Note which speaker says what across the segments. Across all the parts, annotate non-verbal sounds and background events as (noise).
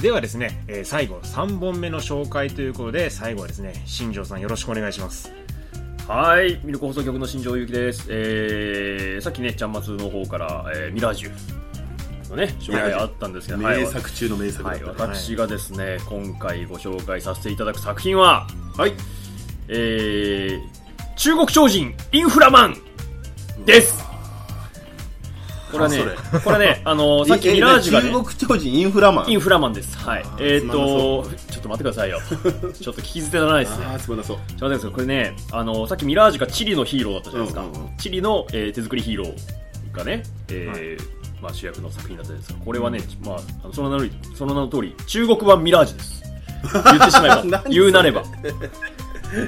Speaker 1: ではですね、えー最後3本目の紹介ということで最後はですね新庄さんよろしくお願いします
Speaker 2: はい、ミルク放送局の新庄ゆきです。えー、さっきね、ちゃんまつの方から、えー、ミラージュのね、紹介あったんですけど、はい
Speaker 3: 名作中の名作だ
Speaker 2: は
Speaker 3: っ
Speaker 2: い、
Speaker 3: たね
Speaker 2: 私がですね、今回ご紹介させていただく作品は、
Speaker 3: はい
Speaker 2: えー、中国超人インフラマンです。これはね
Speaker 3: あ、
Speaker 2: これはね、あ
Speaker 3: (laughs)
Speaker 2: のーさっきミラージュがね
Speaker 3: 中、国超人インフラマン
Speaker 2: インフラマンです。はい
Speaker 3: あ。
Speaker 2: え
Speaker 3: ー
Speaker 2: っ、と、ちょっと待ってくださいよ。ちょっと聞き捨てならないですね
Speaker 3: あ。あつまんなそう
Speaker 2: すいませんですけどこれねあのさっきミラージュがチリのヒーローだったじゃないですか、
Speaker 3: うんうんうん
Speaker 2: チリの、えー手作りヒーローがね、えーまあ、主役の作品だったじゃないですかこれはね、まああの、その名のその名の通り中国版ミラージュです言ってしまえば
Speaker 3: (laughs) 何それ
Speaker 2: 言うなれば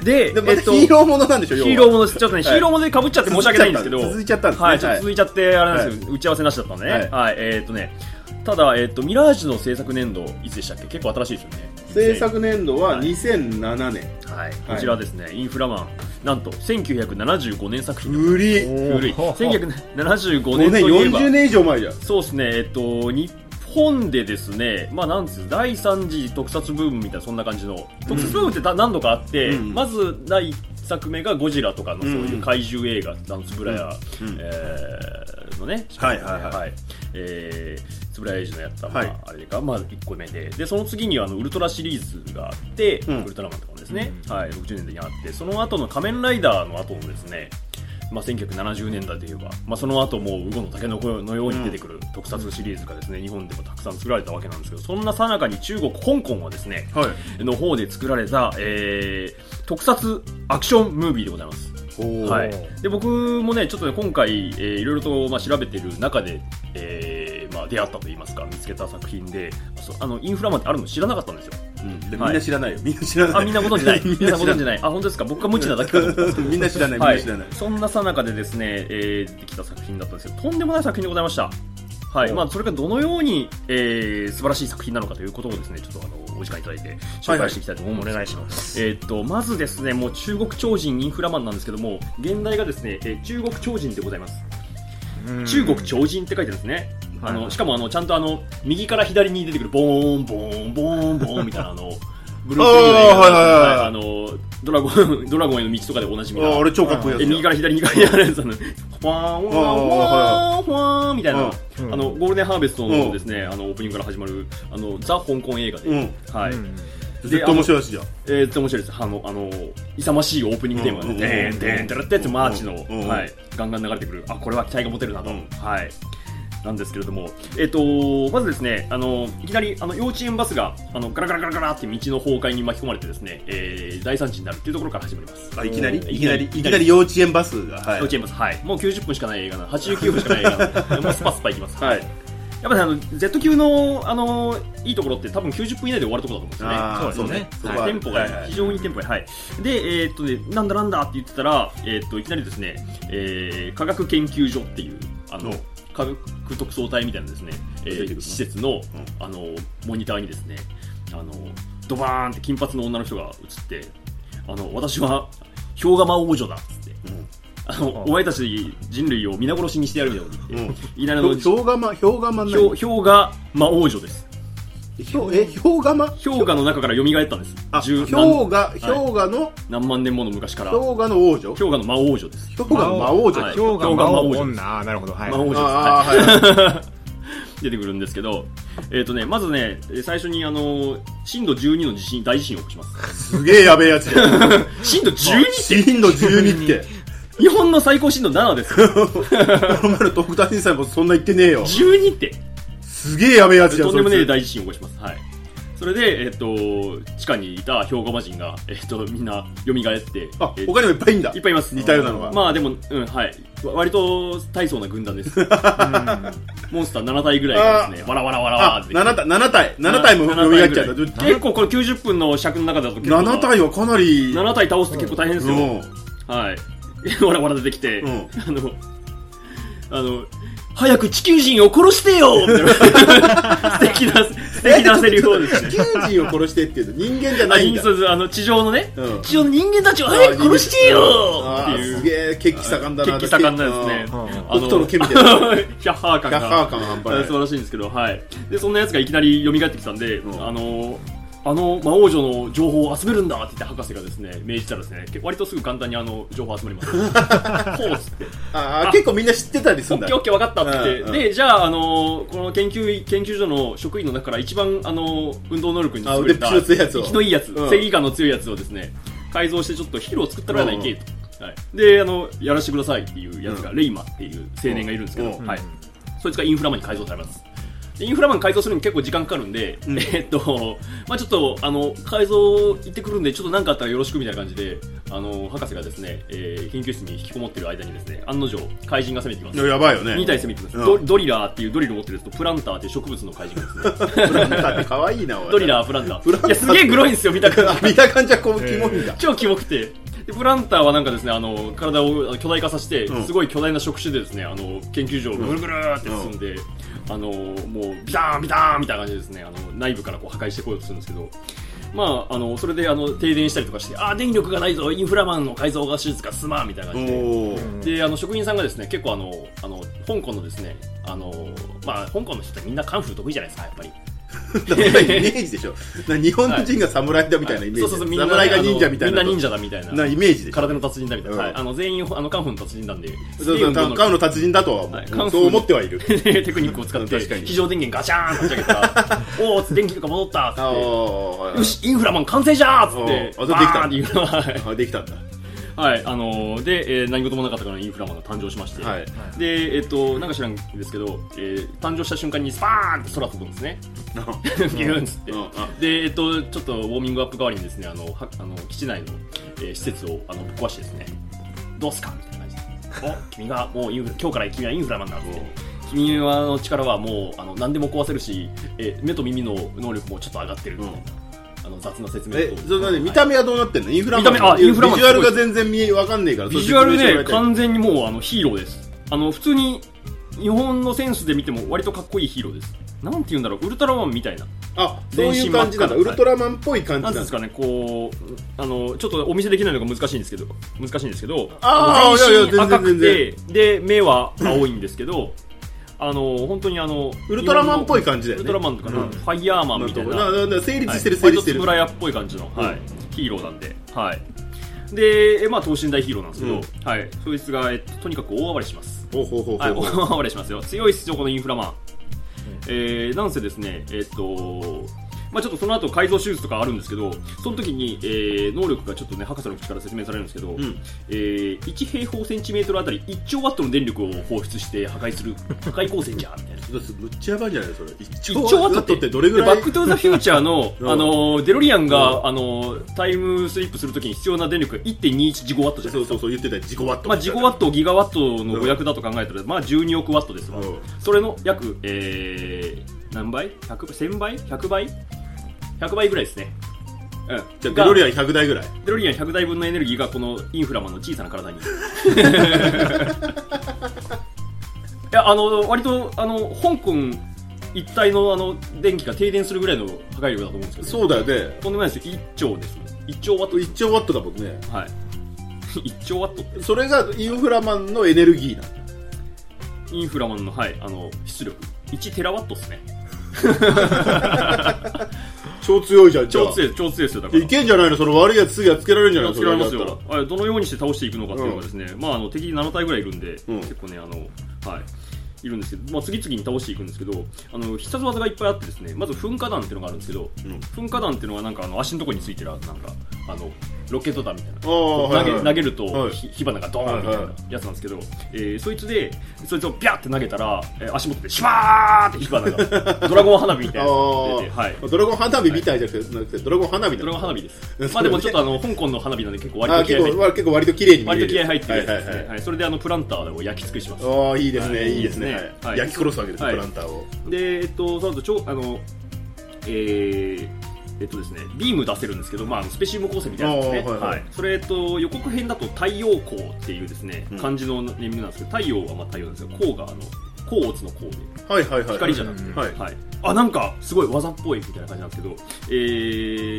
Speaker 2: で
Speaker 3: (laughs) で、ま
Speaker 2: え
Speaker 3: た
Speaker 2: っと
Speaker 3: ヒーローものなんでしょ
Speaker 2: ヒーロー
Speaker 3: も
Speaker 2: ものちょっとね、ヒーローものでかぶっちゃって申し訳ないんですけど
Speaker 3: 続いちゃったんですね
Speaker 2: はい、ちょっと続いちゃって、あれなんですよ、打ち合わせなしだったのでね。
Speaker 3: は
Speaker 2: はいい、えーっとね、ただ、えーっと、ミラージュの制作年度、いつでしたっけ結構新しいですよね。
Speaker 3: 制作年度は
Speaker 2: はい
Speaker 3: 2007年
Speaker 2: はい、こちらですね、インフラマン、なんと1975年作品
Speaker 3: 無理
Speaker 2: 古い、
Speaker 1: おー
Speaker 2: 1975
Speaker 3: 5
Speaker 2: 年
Speaker 3: 年
Speaker 2: といえば、
Speaker 3: 40年以上前じゃん
Speaker 2: そうですね、えっと、日本でですね、まあなんつう、第3次特撮ブームみたいな、そんな感じの、特撮ブームってだ何度かあって、
Speaker 3: うん
Speaker 2: まず第1作目がゴジラとかのそういう怪獣映画、ダンスブラヤ、
Speaker 3: うん
Speaker 2: えーのね、
Speaker 3: はいはいはい
Speaker 2: えー、つぶらやじのやった、ま
Speaker 3: はい
Speaker 2: あ、あれが、まあ、1個目で、で、その次にはあの、ウルトラシリーズがあって、
Speaker 3: うん
Speaker 2: ウルトラマンとかもですね、はい、60年代にあって、その後の仮面ライダーの後のですね、まあ、1970年代といえば、まあ、その後もう、ウゴのタケノコのように出てくる特撮シリーズがですね、日本でもたくさん作られたわけなんですけど、そんなさなかに中国、香港はですね、
Speaker 3: はい
Speaker 2: の方で作られた、えー、特撮アクションムービーでございます。は
Speaker 3: はい
Speaker 2: い、で僕もね、ちょっとね今回、えーいろいろと、まあ、調べてる中で、えーまあ、出会ったといいますか、見つけた作品で、そうあのインフラマンってあるの知らなかったんですよ。
Speaker 3: うんでみん
Speaker 2: はい
Speaker 3: な知らないよみんな知らな
Speaker 2: あ、
Speaker 3: い
Speaker 2: みんなご存じない。
Speaker 3: (laughs) みん
Speaker 2: 皆さ
Speaker 3: な
Speaker 2: んご
Speaker 3: 知ら
Speaker 2: 存
Speaker 3: な
Speaker 2: じ
Speaker 3: い
Speaker 2: ない。あ、本当ですか。僕が無知なだけかと思ったんですけど
Speaker 3: (laughs) みんな知らないみん
Speaker 2: は
Speaker 3: ない知らない、
Speaker 2: そんなさなかでですね、えーできた作品だったんですけど、とんでもない作品でございました。はい。
Speaker 3: お
Speaker 2: まあ、それがどのように、えー素晴らしい作品なのかということをですね、ちょっとあの、お時間いただいて、紹介していきたいと思うんで
Speaker 1: はい
Speaker 2: すけど、
Speaker 1: はいお願いします
Speaker 2: えーっと、まずですね、もう中国超人インフラマンなんですけども、現代がですね、えー中国超人でございます。中国超人って書いてあるんですね。あ
Speaker 1: は
Speaker 2: の
Speaker 1: い
Speaker 2: しかもあのちゃんとあの右から左に出てくるボーンボーンボーンボーンみたいなあのブルース・リーの映画
Speaker 3: あーはいはいはい
Speaker 2: はいあのドラゴンドラゴンへの道とかでおなじみな
Speaker 3: ああれ超かっこいいやつ
Speaker 2: え右から左に書いてあるやつあのファーンファーンファーンファーンみたいな
Speaker 1: うん
Speaker 2: あのゴールデンハーベスト
Speaker 3: うん
Speaker 2: のですねあのオープニングから始まるあのザ香港映画で、
Speaker 3: うん
Speaker 2: はい。
Speaker 1: うん
Speaker 3: ずっと面白いしじゃん
Speaker 2: えー、っと面白いです。あの、あの、勇ましいオープニングテーマ
Speaker 3: うん
Speaker 2: で、でんでんてらってってマーチの
Speaker 3: うん、
Speaker 2: はい、ガンガン流れてくる。あ、これは期待が持てるなと。
Speaker 3: うん
Speaker 2: はい。なんですけれども、えっ、と、まずですね、あの、いきなり、あの、幼稚園バスが、あの、ガラガラガラガラって道の崩壊に巻き込まれてですね、えー、大惨事になるっていうところから始まります。
Speaker 3: あいきなり
Speaker 2: うん
Speaker 3: いきなりいきなり幼稚園バスがはい
Speaker 2: 幼稚園バス、はい。もう90分しかない映画なの、89分しかない映画な
Speaker 3: (laughs)
Speaker 2: の、もうスパスパいきます。
Speaker 3: は
Speaker 2: や
Speaker 3: い
Speaker 2: っぱりあの、Z 級の、あの、いいところって多分90分以内で終わるところだと思うんですよね。
Speaker 3: あー
Speaker 1: そうですね
Speaker 3: そこは
Speaker 2: はい、テンポ
Speaker 3: はいは
Speaker 2: が
Speaker 3: い
Speaker 2: 非常にテンポがはいでえーっとねなんだなんだって言ってたらえーっといきなりですね、えー科学研究所っていうあの
Speaker 3: お
Speaker 2: 科学特捜隊みたいなですね、えー
Speaker 3: 出てくるの
Speaker 2: 施設のあのモニターにですねあのドバーンって金髪の女の人が映ってあの私は氷河魔王女だっつってあの (laughs) お前たち人類を皆殺しにしてやるみたいなこと
Speaker 3: うん
Speaker 2: 言っ
Speaker 3: うん
Speaker 2: て、いなりあの
Speaker 3: 氷氷河マ氷河マな
Speaker 2: 氷氷河魔王女です
Speaker 3: 氷え氷河マ
Speaker 2: 氷河の中から蘇ったんです
Speaker 3: あ
Speaker 2: 十
Speaker 3: 氷
Speaker 2: 何
Speaker 3: 河氷河の
Speaker 2: 何万年もの昔から
Speaker 3: 氷河の王女
Speaker 2: 氷河の魔王女です。
Speaker 3: 氷河の魔王女
Speaker 2: は
Speaker 1: 今
Speaker 2: い
Speaker 1: 日が
Speaker 2: 今日が
Speaker 1: 魔
Speaker 2: 魔
Speaker 1: 王
Speaker 2: 王
Speaker 1: 女ああなるほどはい
Speaker 2: 魔王女
Speaker 3: ああはい
Speaker 2: 出てくるんですけど、えっ、とね、まずね、えー最初にあのー、震度12の地震、大地震を起こし
Speaker 3: (laughs)
Speaker 2: ます。
Speaker 3: すげえやべえやつや
Speaker 2: 震度 12?
Speaker 3: 震度12って
Speaker 2: (laughs) 日本の最高震度7です
Speaker 3: (laughs)
Speaker 2: よ。
Speaker 3: お前らドクターさんもそんな言ってねえよ
Speaker 2: 12って。
Speaker 3: すげえやべえやつ (laughs) じゃん
Speaker 2: とんでもねえ
Speaker 3: そい
Speaker 2: 大地震を起こします。はい。それで、えっ、と、地下にいた氷河魔人が、えっ、と、みんな蘇って、
Speaker 3: つあ
Speaker 2: えー
Speaker 3: 他にもいっぱいいんだ
Speaker 2: いっぱいいます。
Speaker 3: 似たようなのが
Speaker 2: まあでも、うん、はい。わ割と大層な軍団
Speaker 3: (laughs)
Speaker 2: です。モンスター7体ぐらいがですね、わらわらわらわら
Speaker 3: あ
Speaker 2: って。
Speaker 3: 7体7体7体も
Speaker 2: 7
Speaker 3: よみがっちゃった
Speaker 2: ぐらい結構これ90分の尺の中だと結構
Speaker 3: 7体はかなり
Speaker 2: 7体倒すって結構大変ですよ、
Speaker 3: うん
Speaker 2: はい (laughs) わらわら出てきて、
Speaker 3: うん
Speaker 2: あのあの早く地球人を殺してよみたいな (laughs) 素敵な素素敵なセリフをですね
Speaker 3: 地球人を殺してっていうと人間じゃ
Speaker 2: あ
Speaker 3: ないんだ
Speaker 2: そうそうあの地上のね、
Speaker 3: うん
Speaker 2: 地上の人間たちを早く殺してよ
Speaker 3: あ
Speaker 2: って
Speaker 3: ー
Speaker 2: いう
Speaker 3: すげえ血気盛んだな
Speaker 2: 血気盛んなですね
Speaker 3: う
Speaker 1: うん
Speaker 2: あ
Speaker 3: 北斗の拳みたい
Speaker 2: ヒャ
Speaker 3: な
Speaker 2: ッハー感が
Speaker 3: ヒャッハー感が半端ない
Speaker 2: 素晴らしいんですけど、はい、でそんなやつがいきなり蘇ってきたんで、
Speaker 3: うん
Speaker 2: あのあの魔王女の情報を集めるんだって言って博士がですね命じたらですね割とすぐ簡単にあの情報集まり
Speaker 3: (laughs)
Speaker 2: ますほうっつって
Speaker 3: あー結構みんな知ってたりす
Speaker 2: オ
Speaker 3: るん
Speaker 2: ッ
Speaker 3: だ
Speaker 2: ケーオッケー分かったって言って、
Speaker 3: うんうん
Speaker 2: でじゃあ、あのこの研究研究所の職員の中から一番、あの運動能力に優れた
Speaker 3: あ腕っぷしの強いやつを
Speaker 2: 生きのいいやつ、
Speaker 3: うん
Speaker 2: 正義感の強いやつをですね改造してちょっとヒーローを作ったらやないけと、はい、であのやらせてくださいっていうやつが、レイマっていう青年がいるんですけど、
Speaker 3: うん
Speaker 2: はい、そいつがインフラマンに改造されますでインフラマン改造するに結構時間かかるんで、 (laughs) えーっと、まあちょっと、あの、改造行ってくるんで、ちょっと何かあったらよろしくみたいな感じで、あの、博士がですね、えー研究室に引きこもってる間にですね、案の定、怪人が攻めてきます。
Speaker 3: やばいよね
Speaker 2: 2体攻めてきます、
Speaker 3: うん
Speaker 2: ドドリラーっていうドリルを持ってるやつとプランターっていう植物の怪人が
Speaker 3: (laughs)
Speaker 2: ですね
Speaker 3: プランターって可愛いなおい
Speaker 2: ドリラープランター
Speaker 3: プランター
Speaker 2: いやすげえグロいんですよ見た感
Speaker 3: あ
Speaker 2: じ
Speaker 3: 見た感じはこうキモいんだ
Speaker 2: 超キモくてでプランターはなんかですねあの体を巨大化させて、
Speaker 3: うん
Speaker 2: すごい巨大な触手でですねあの研究所をぐるぐるって進んで、あのもうビターンビターンみたいな感じでですねあの内部からこう破壊してこようとするんですけどまあ、あのそれであの停電したりとかしてあー電力がないぞインフラマンの改造が手術かすまんみたいな
Speaker 3: お
Speaker 2: 感じで
Speaker 3: ー
Speaker 2: であの職員さんがですね結構あのあの香港のですねあの、まあ、香港の人ってみんなカンフー得意じゃないですかやっぱり
Speaker 3: だからイメージで
Speaker 2: (laughs)
Speaker 3: しょな日本人が侍だみたいなイメー
Speaker 2: そうそうそう
Speaker 3: ジ
Speaker 2: みんな
Speaker 3: 侍が忍者みたいな
Speaker 2: あのみんな忍者だみたいな
Speaker 3: なイメージでしょ
Speaker 2: 体の達人だみたいな、
Speaker 3: うん
Speaker 2: はい、あの全員あのカンフーの達人なんで
Speaker 3: そうそう、
Speaker 2: すげえ
Speaker 3: カ
Speaker 2: 運動能力
Speaker 3: ウの達人だとは
Speaker 2: はい
Speaker 3: 思
Speaker 2: カ
Speaker 3: う。
Speaker 2: ン
Speaker 3: そう思っ
Speaker 2: (laughs)
Speaker 3: てはいる。
Speaker 2: テクニックを使っ
Speaker 3: 確かに
Speaker 2: て非常電源ガチャーンって立ち上げたら (laughs) おお電気とか戻ったっつ
Speaker 3: あ
Speaker 2: っ
Speaker 3: あ、
Speaker 2: てよしインフラマン完成じゃーっつって
Speaker 3: おーあできた
Speaker 2: バーンってインフラマン (laughs) はい
Speaker 3: あできたんだ。
Speaker 2: はいあのーで、えー何事もなかったからインフラマンが誕生しまして、
Speaker 3: はい。
Speaker 2: でえっ、となんか知らんですけど、えー誕生した瞬間にスパーンって空飛ぶんですねビューンっつって、
Speaker 3: うんあ
Speaker 2: で、えっと、ちょっとウォーミングアップ代わりにですね、あの、はあの基地内の、えー施設をあのぶっ壊してですね、どうすかみたいな感じで、お君がもうインフラ、今日から君はインフラマンだって、君はの力はもうあの何でも壊せるし、えー目と耳の能力もちょっと上がってる、
Speaker 3: うん
Speaker 2: あの雑な説明
Speaker 3: え
Speaker 2: と、
Speaker 3: それ何見
Speaker 2: はい
Speaker 3: た目はどうなってんのインフラマン。
Speaker 2: 見た目あインフラマン
Speaker 3: ビジュアルが全然見え、わかんねえから。
Speaker 2: ビジュアル
Speaker 3: そう
Speaker 2: ね、
Speaker 3: 説明してもらい
Speaker 2: 完全にもうあのヒーローです。あの、普通に日本のセンスで見ても割とかっこいいヒーローです。なんて言うんだろう、ウルトラマンみたいな。
Speaker 3: たいあ、そういう感じなん
Speaker 2: 全
Speaker 3: だ。
Speaker 2: 身真っ赤な
Speaker 3: ウルトラマンっぽい感じ
Speaker 2: な
Speaker 3: なん
Speaker 2: んていうん
Speaker 3: だ
Speaker 2: です。かね、こう、あの、ちょっとお見せできないのが難しいんですけど、難しいんですけど、
Speaker 3: あー
Speaker 2: の
Speaker 3: いやいや全然
Speaker 2: 赤くて、で、目は青いんですけど、あの、本当にあの、
Speaker 3: ウルトラマンっぽい感じだ
Speaker 2: ウル
Speaker 3: よね。
Speaker 2: トラマンとかな、
Speaker 3: うん
Speaker 2: ファイヤーマンみたいな、
Speaker 3: ななな成立してる、
Speaker 2: はい
Speaker 3: 成立して
Speaker 2: 割と
Speaker 3: る。
Speaker 2: 円谷っぽい感じの、はいヒーローなんで、はい。で、えまあ、等身大ヒーローなんですけど、はい。そいつが、えっと、とにかく大暴れします。
Speaker 3: ほうほうほう
Speaker 2: はい、
Speaker 3: ほうほう。
Speaker 2: 大暴れしますよ。強いっすよ、このインフラマン。えー、なんせですね、えっと、まあちょっとその後改造手術とかあるんですけど、その時に、えー、能力がちょっとね、博士の口から説明されるんですけど、
Speaker 3: ん
Speaker 2: えー、1平方センチメートルあたり1兆ワットの電力を放出して破壊する、破壊光線じゃん、みたいな。
Speaker 3: そうそうむっちゃやばいんじゃないそれ。 (laughs) 一
Speaker 2: 1兆ワット
Speaker 3: だ
Speaker 2: って
Speaker 3: ってどれぐら
Speaker 2: バ
Speaker 3: い
Speaker 2: ックトゥーザフューチャーの、
Speaker 3: うん
Speaker 2: あのー、デロリアン
Speaker 3: う
Speaker 2: が、あのー、タイムスリップするときに必要な電力が1.21ジゴワットじゃないで
Speaker 3: そう
Speaker 2: すか。
Speaker 3: そうそう、言ってたよ。自己ワット。
Speaker 2: まあ、ジゴワットをギガワットの500だと考えたら、まあ、12億ワットですわ。
Speaker 3: うん
Speaker 2: それの約、えー、何倍 ?100 倍 ?1000 倍 ?100 倍 ?100 倍ぐらいですね。うん。
Speaker 3: じゃあ、デロリ
Speaker 2: アン。
Speaker 3: アン100台ぐらい。
Speaker 2: デロリアン100台分のエネルギーがこのインフラマンの小さな
Speaker 3: (laughs)
Speaker 2: 体に。いや、あの、割と、あの、香港一帯のあの、電気が停電するぐらいの破壊力だと思うんですけど、
Speaker 3: そうだよね。
Speaker 2: とんでもないですよ。1兆ですもん。1兆ワットです
Speaker 3: 1兆ワットだもんね。
Speaker 2: もん。はい。1兆 (laughs) ワットって。
Speaker 3: それがインフラマンのエネルギーなの
Speaker 2: インフラマンの、はい、あの、出力。1テラワットですね。
Speaker 3: 超強いじゃんじゃあ
Speaker 2: 超強いです、超強いですよ、だから。
Speaker 3: いけんじゃないのその悪いやつすぐやっつけられるんじゃないの
Speaker 2: つけられます
Speaker 3: そだっ
Speaker 2: よ
Speaker 3: たら
Speaker 2: あれどのようにして倒していくのかっていうのがですね、まあ、あの敵7体ぐらいいるんで、
Speaker 3: うん
Speaker 2: 結構ねあの、はい、いるんですけど、まあ、次々に倒していくんですけどあの必殺技がいっぱいあってですねまず噴火弾っていうのがあるんですけど、
Speaker 3: うん
Speaker 2: 噴火弾っていうのはなんかあの足のところについてるなんかあのロケット弾みたいな。
Speaker 3: ああ、
Speaker 2: 投
Speaker 3: はい
Speaker 2: げ
Speaker 3: はい
Speaker 2: 投げると
Speaker 3: はい
Speaker 2: 火火花がドーンみたいなやつなんですけど、えーそいつでそいつをビャーって投げたら、えー足元でシュワーって火花
Speaker 3: (laughs)
Speaker 2: がドラゴン花火みたいなのが出て、はい、
Speaker 3: ドラゴン花火みたいじゃなくて、なくてドラゴン花火
Speaker 2: ドラゴン花火で
Speaker 3: (laughs) そうね
Speaker 2: すまあでもちょっとあの香港の花火なんで結構割
Speaker 3: あ
Speaker 2: と
Speaker 3: あ
Speaker 2: 気合
Speaker 3: 結
Speaker 2: い入っ
Speaker 3: 構割結構割と綺麗に見える
Speaker 2: 割と気合入ってるやつ
Speaker 3: は
Speaker 2: で
Speaker 3: い
Speaker 2: すね、
Speaker 3: はい
Speaker 2: は
Speaker 3: はいい
Speaker 2: それであのプランターを焼き尽くします
Speaker 3: ああいいです
Speaker 2: は
Speaker 3: ね
Speaker 2: い
Speaker 3: いいですね
Speaker 2: いいですねはい
Speaker 3: 焼き殺すわけです
Speaker 2: はい
Speaker 3: プランターを
Speaker 2: でえっとその後ちょあのえーえっとですね、ビーム出せるんですけど、まああの、スペシウム構成みたいなやつです
Speaker 3: あ
Speaker 2: ね、
Speaker 3: ーはいはい
Speaker 2: それ、えっと、予告編だと太陽光っていうですね
Speaker 3: うん
Speaker 2: 漢字のネーミングなんですけど太陽はまあ太陽なんですが光があの甲乙の甲で
Speaker 3: はいはいはい。
Speaker 2: 光じゃなく
Speaker 1: うん
Speaker 2: て、
Speaker 3: はい。
Speaker 2: はい、あなんかすごい技っぽいみたいな感じなんですけど、え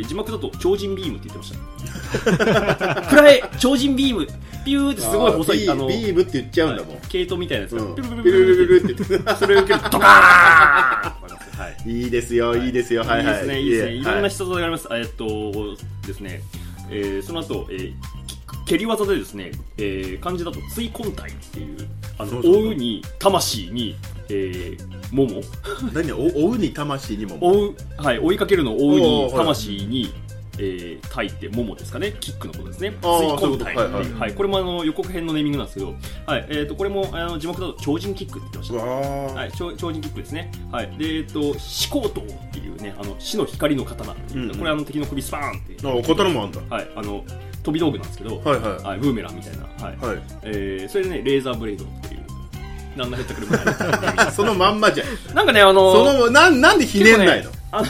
Speaker 2: ー、字幕だと超人ビームって言ってま
Speaker 3: (laughs)
Speaker 2: した暗い超人ビームピューってすごい細い
Speaker 3: あ
Speaker 2: あ
Speaker 3: ービ
Speaker 2: の
Speaker 3: ービームって言っちゃうんだもん。
Speaker 2: はい系統みたいなやつが
Speaker 3: うん。
Speaker 2: ピ
Speaker 3: ピ
Speaker 2: ュル
Speaker 3: ル
Speaker 2: ピ
Speaker 3: ピ
Speaker 2: ュル
Speaker 3: ル
Speaker 2: ピ
Speaker 3: ピ
Speaker 2: ルピル
Speaker 3: ルピルって言って
Speaker 2: それを受けるとドカーンはい
Speaker 3: いいですよ、いいですよ、はい
Speaker 2: い
Speaker 3: はい。
Speaker 2: いですね、いいですね。いろんな
Speaker 3: 人。
Speaker 2: 必殺技があります。えっと、ですね、えーその後、えー蹴り技でですね、えー漢字だと追魂体っていう、あ
Speaker 3: そ
Speaker 2: の、
Speaker 3: うそうそう
Speaker 2: 追うに、魂に、えー、桃
Speaker 3: 何お追うに魂にも。
Speaker 2: 追う、はい、追いかけるのを追う
Speaker 3: おー
Speaker 2: に、
Speaker 3: はい
Speaker 2: 魂に、えー、体って桃ですかね、キックのことですね。
Speaker 3: あー
Speaker 2: 追魂体っていう、
Speaker 3: そういうことはいはい
Speaker 2: はい、これもあの予告編のネーミングなんですけど、はい、えっ、と、これもあの字幕だと超人キックって言ってました
Speaker 3: う。わー
Speaker 2: はい、超超人キックですね。はい、で、えっと、死光刀っていうね、あの死の光の刀、
Speaker 3: うんうん
Speaker 2: これあの敵の首スパーンって、
Speaker 3: あ、お刀もあんだ。
Speaker 2: はい、あの飛び道具なんですけど、はい
Speaker 3: はいは
Speaker 2: ブーメランみたいな、はい
Speaker 3: い。はい。
Speaker 2: えーそれでね、レーザーブレードっていう、なんの減ったくるもない (laughs)
Speaker 3: あそのまんまじゃん。
Speaker 2: なんかね、あの
Speaker 3: その、なん、なんでひねんないの
Speaker 2: あの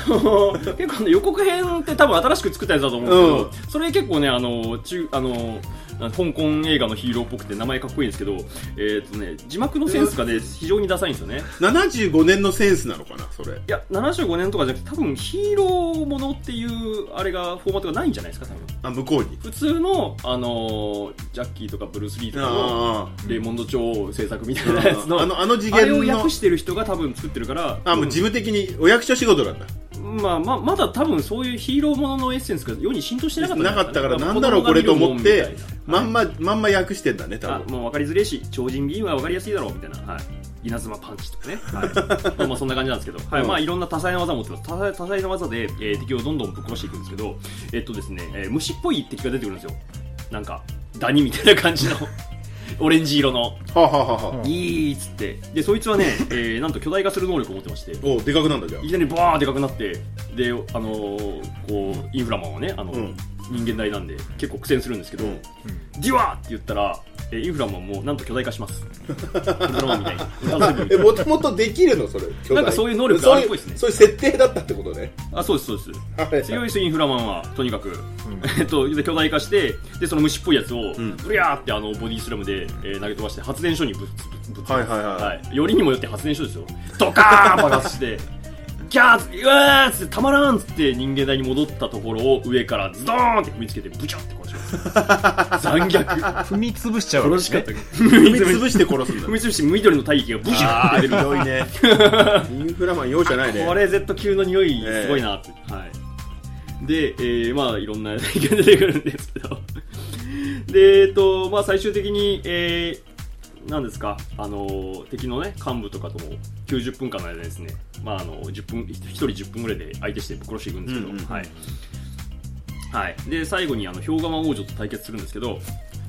Speaker 2: ー結構ね予告編って多分新しく作ったやつだと思うんですけど、それ結構ねあのー中あのー香港映画のヒーローっぽくて名前かっこいいんですけど、えーっとね、字幕のセンスがね非常にダサいんですよね
Speaker 3: ?75 年のセンスなのかな、それ。
Speaker 2: いや75年とかじゃなくて多分ヒーローものっていうあれがフォーマットがないんじゃないですか多分
Speaker 3: あ、向こうに。
Speaker 2: 普通の、あのージャッキーとかブルース・リーとかの
Speaker 3: あー
Speaker 2: レイモンド・チョウ制作みたい
Speaker 3: あ
Speaker 2: な (laughs) やつの
Speaker 3: ー。あ
Speaker 2: あ
Speaker 3: の、あの次
Speaker 2: れを
Speaker 3: 元の
Speaker 2: 訳。してる人が多分作ってるから
Speaker 3: あ、もう事務的にお役所仕事なんだ。
Speaker 2: まあ、ままだ多分そういうヒーローもののエッセンスが世に浸透してなかったんじ
Speaker 3: な
Speaker 2: ゃ
Speaker 3: か
Speaker 2: い
Speaker 3: ったから、
Speaker 2: です
Speaker 3: なんだろうこれと思
Speaker 2: 子
Speaker 3: っ
Speaker 2: 供が見
Speaker 3: て
Speaker 2: るもんみたい、な
Speaker 3: まんま、まんま訳してんだね、多
Speaker 2: あ
Speaker 3: 分。
Speaker 2: もう分かりづれえし超人ビームは分かりやすいだろうみたいな、はい、稲妻パンチとかね、はいまあ、まあそんな感じなんですけど、はい
Speaker 3: うん
Speaker 2: まあ、いろんな多彩な技を持ってます多彩多彩な技で、えー敵をどんどんぶっ殺していくんですけど、えっとですねえー虫っぽい敵が出てくるんですよなんかダニみたいな感じの (laughs) オレンジ色の
Speaker 3: はあはあはあはあ
Speaker 1: うん
Speaker 2: いいっつってでそいつ
Speaker 3: (laughs)
Speaker 2: はね、えーなんと巨大化する能力を持ってまして
Speaker 3: おうでかくなんだじゃあ
Speaker 2: いきなりバーンでかくなってで、あのーこうインフラマンはねあの、
Speaker 3: うん
Speaker 2: 人間大なんで結構苦戦するんですけど、
Speaker 3: うん
Speaker 2: ディワーって言ったら、えーインフラマンもなんと巨大化しますウルトラマンみ (laughs) たいにあの
Speaker 3: え、もともとできるのそれ。巨大
Speaker 2: なんかそういう能力があるっぽいですね
Speaker 3: そううそういう設定だったってことね。
Speaker 2: あそうですそうです
Speaker 3: はい
Speaker 2: 強いですインフラマンはとにかく、えっと、で巨大化してでその虫っぽいやつを、
Speaker 3: ん
Speaker 2: ブリャーってあのボディスラムで、えー投げ飛ばして発電所にぶつぶつぶつ
Speaker 3: はいはいはい
Speaker 2: よりにもよって発電所ですよドカーン爆発してギャーッつってうわーっつってたまらんっつって人間大に戻ったところを上からズドーンって踏みつけてブチャって殺します (laughs) 残 (laughs) 虐
Speaker 1: 踏み潰しちゃうわけ
Speaker 2: 楽
Speaker 1: で
Speaker 2: し
Speaker 1: す
Speaker 2: か
Speaker 1: ね
Speaker 2: ったけど (laughs)
Speaker 3: (laughs) 踏み潰して殺すんだ
Speaker 2: 踏。み潰して緑の大気がブシャー (laughs) って出る
Speaker 3: ひどいね。インフラマン容赦ないね。
Speaker 2: これ Z 級の匂い
Speaker 3: ええ
Speaker 2: すごいなって、はい、で、えーまあいろんな意見が出てくるんですけど (laughs) でえっとまあ最終的に、えー、なんですかあのー敵のね幹部とかとも90分間の間にですねまああの10分一人10分ぐらいで相手してぶっ殺していくんですけど、
Speaker 3: うんうん
Speaker 2: はいはい、で最後にあの氷河魔王女と対決するんですけど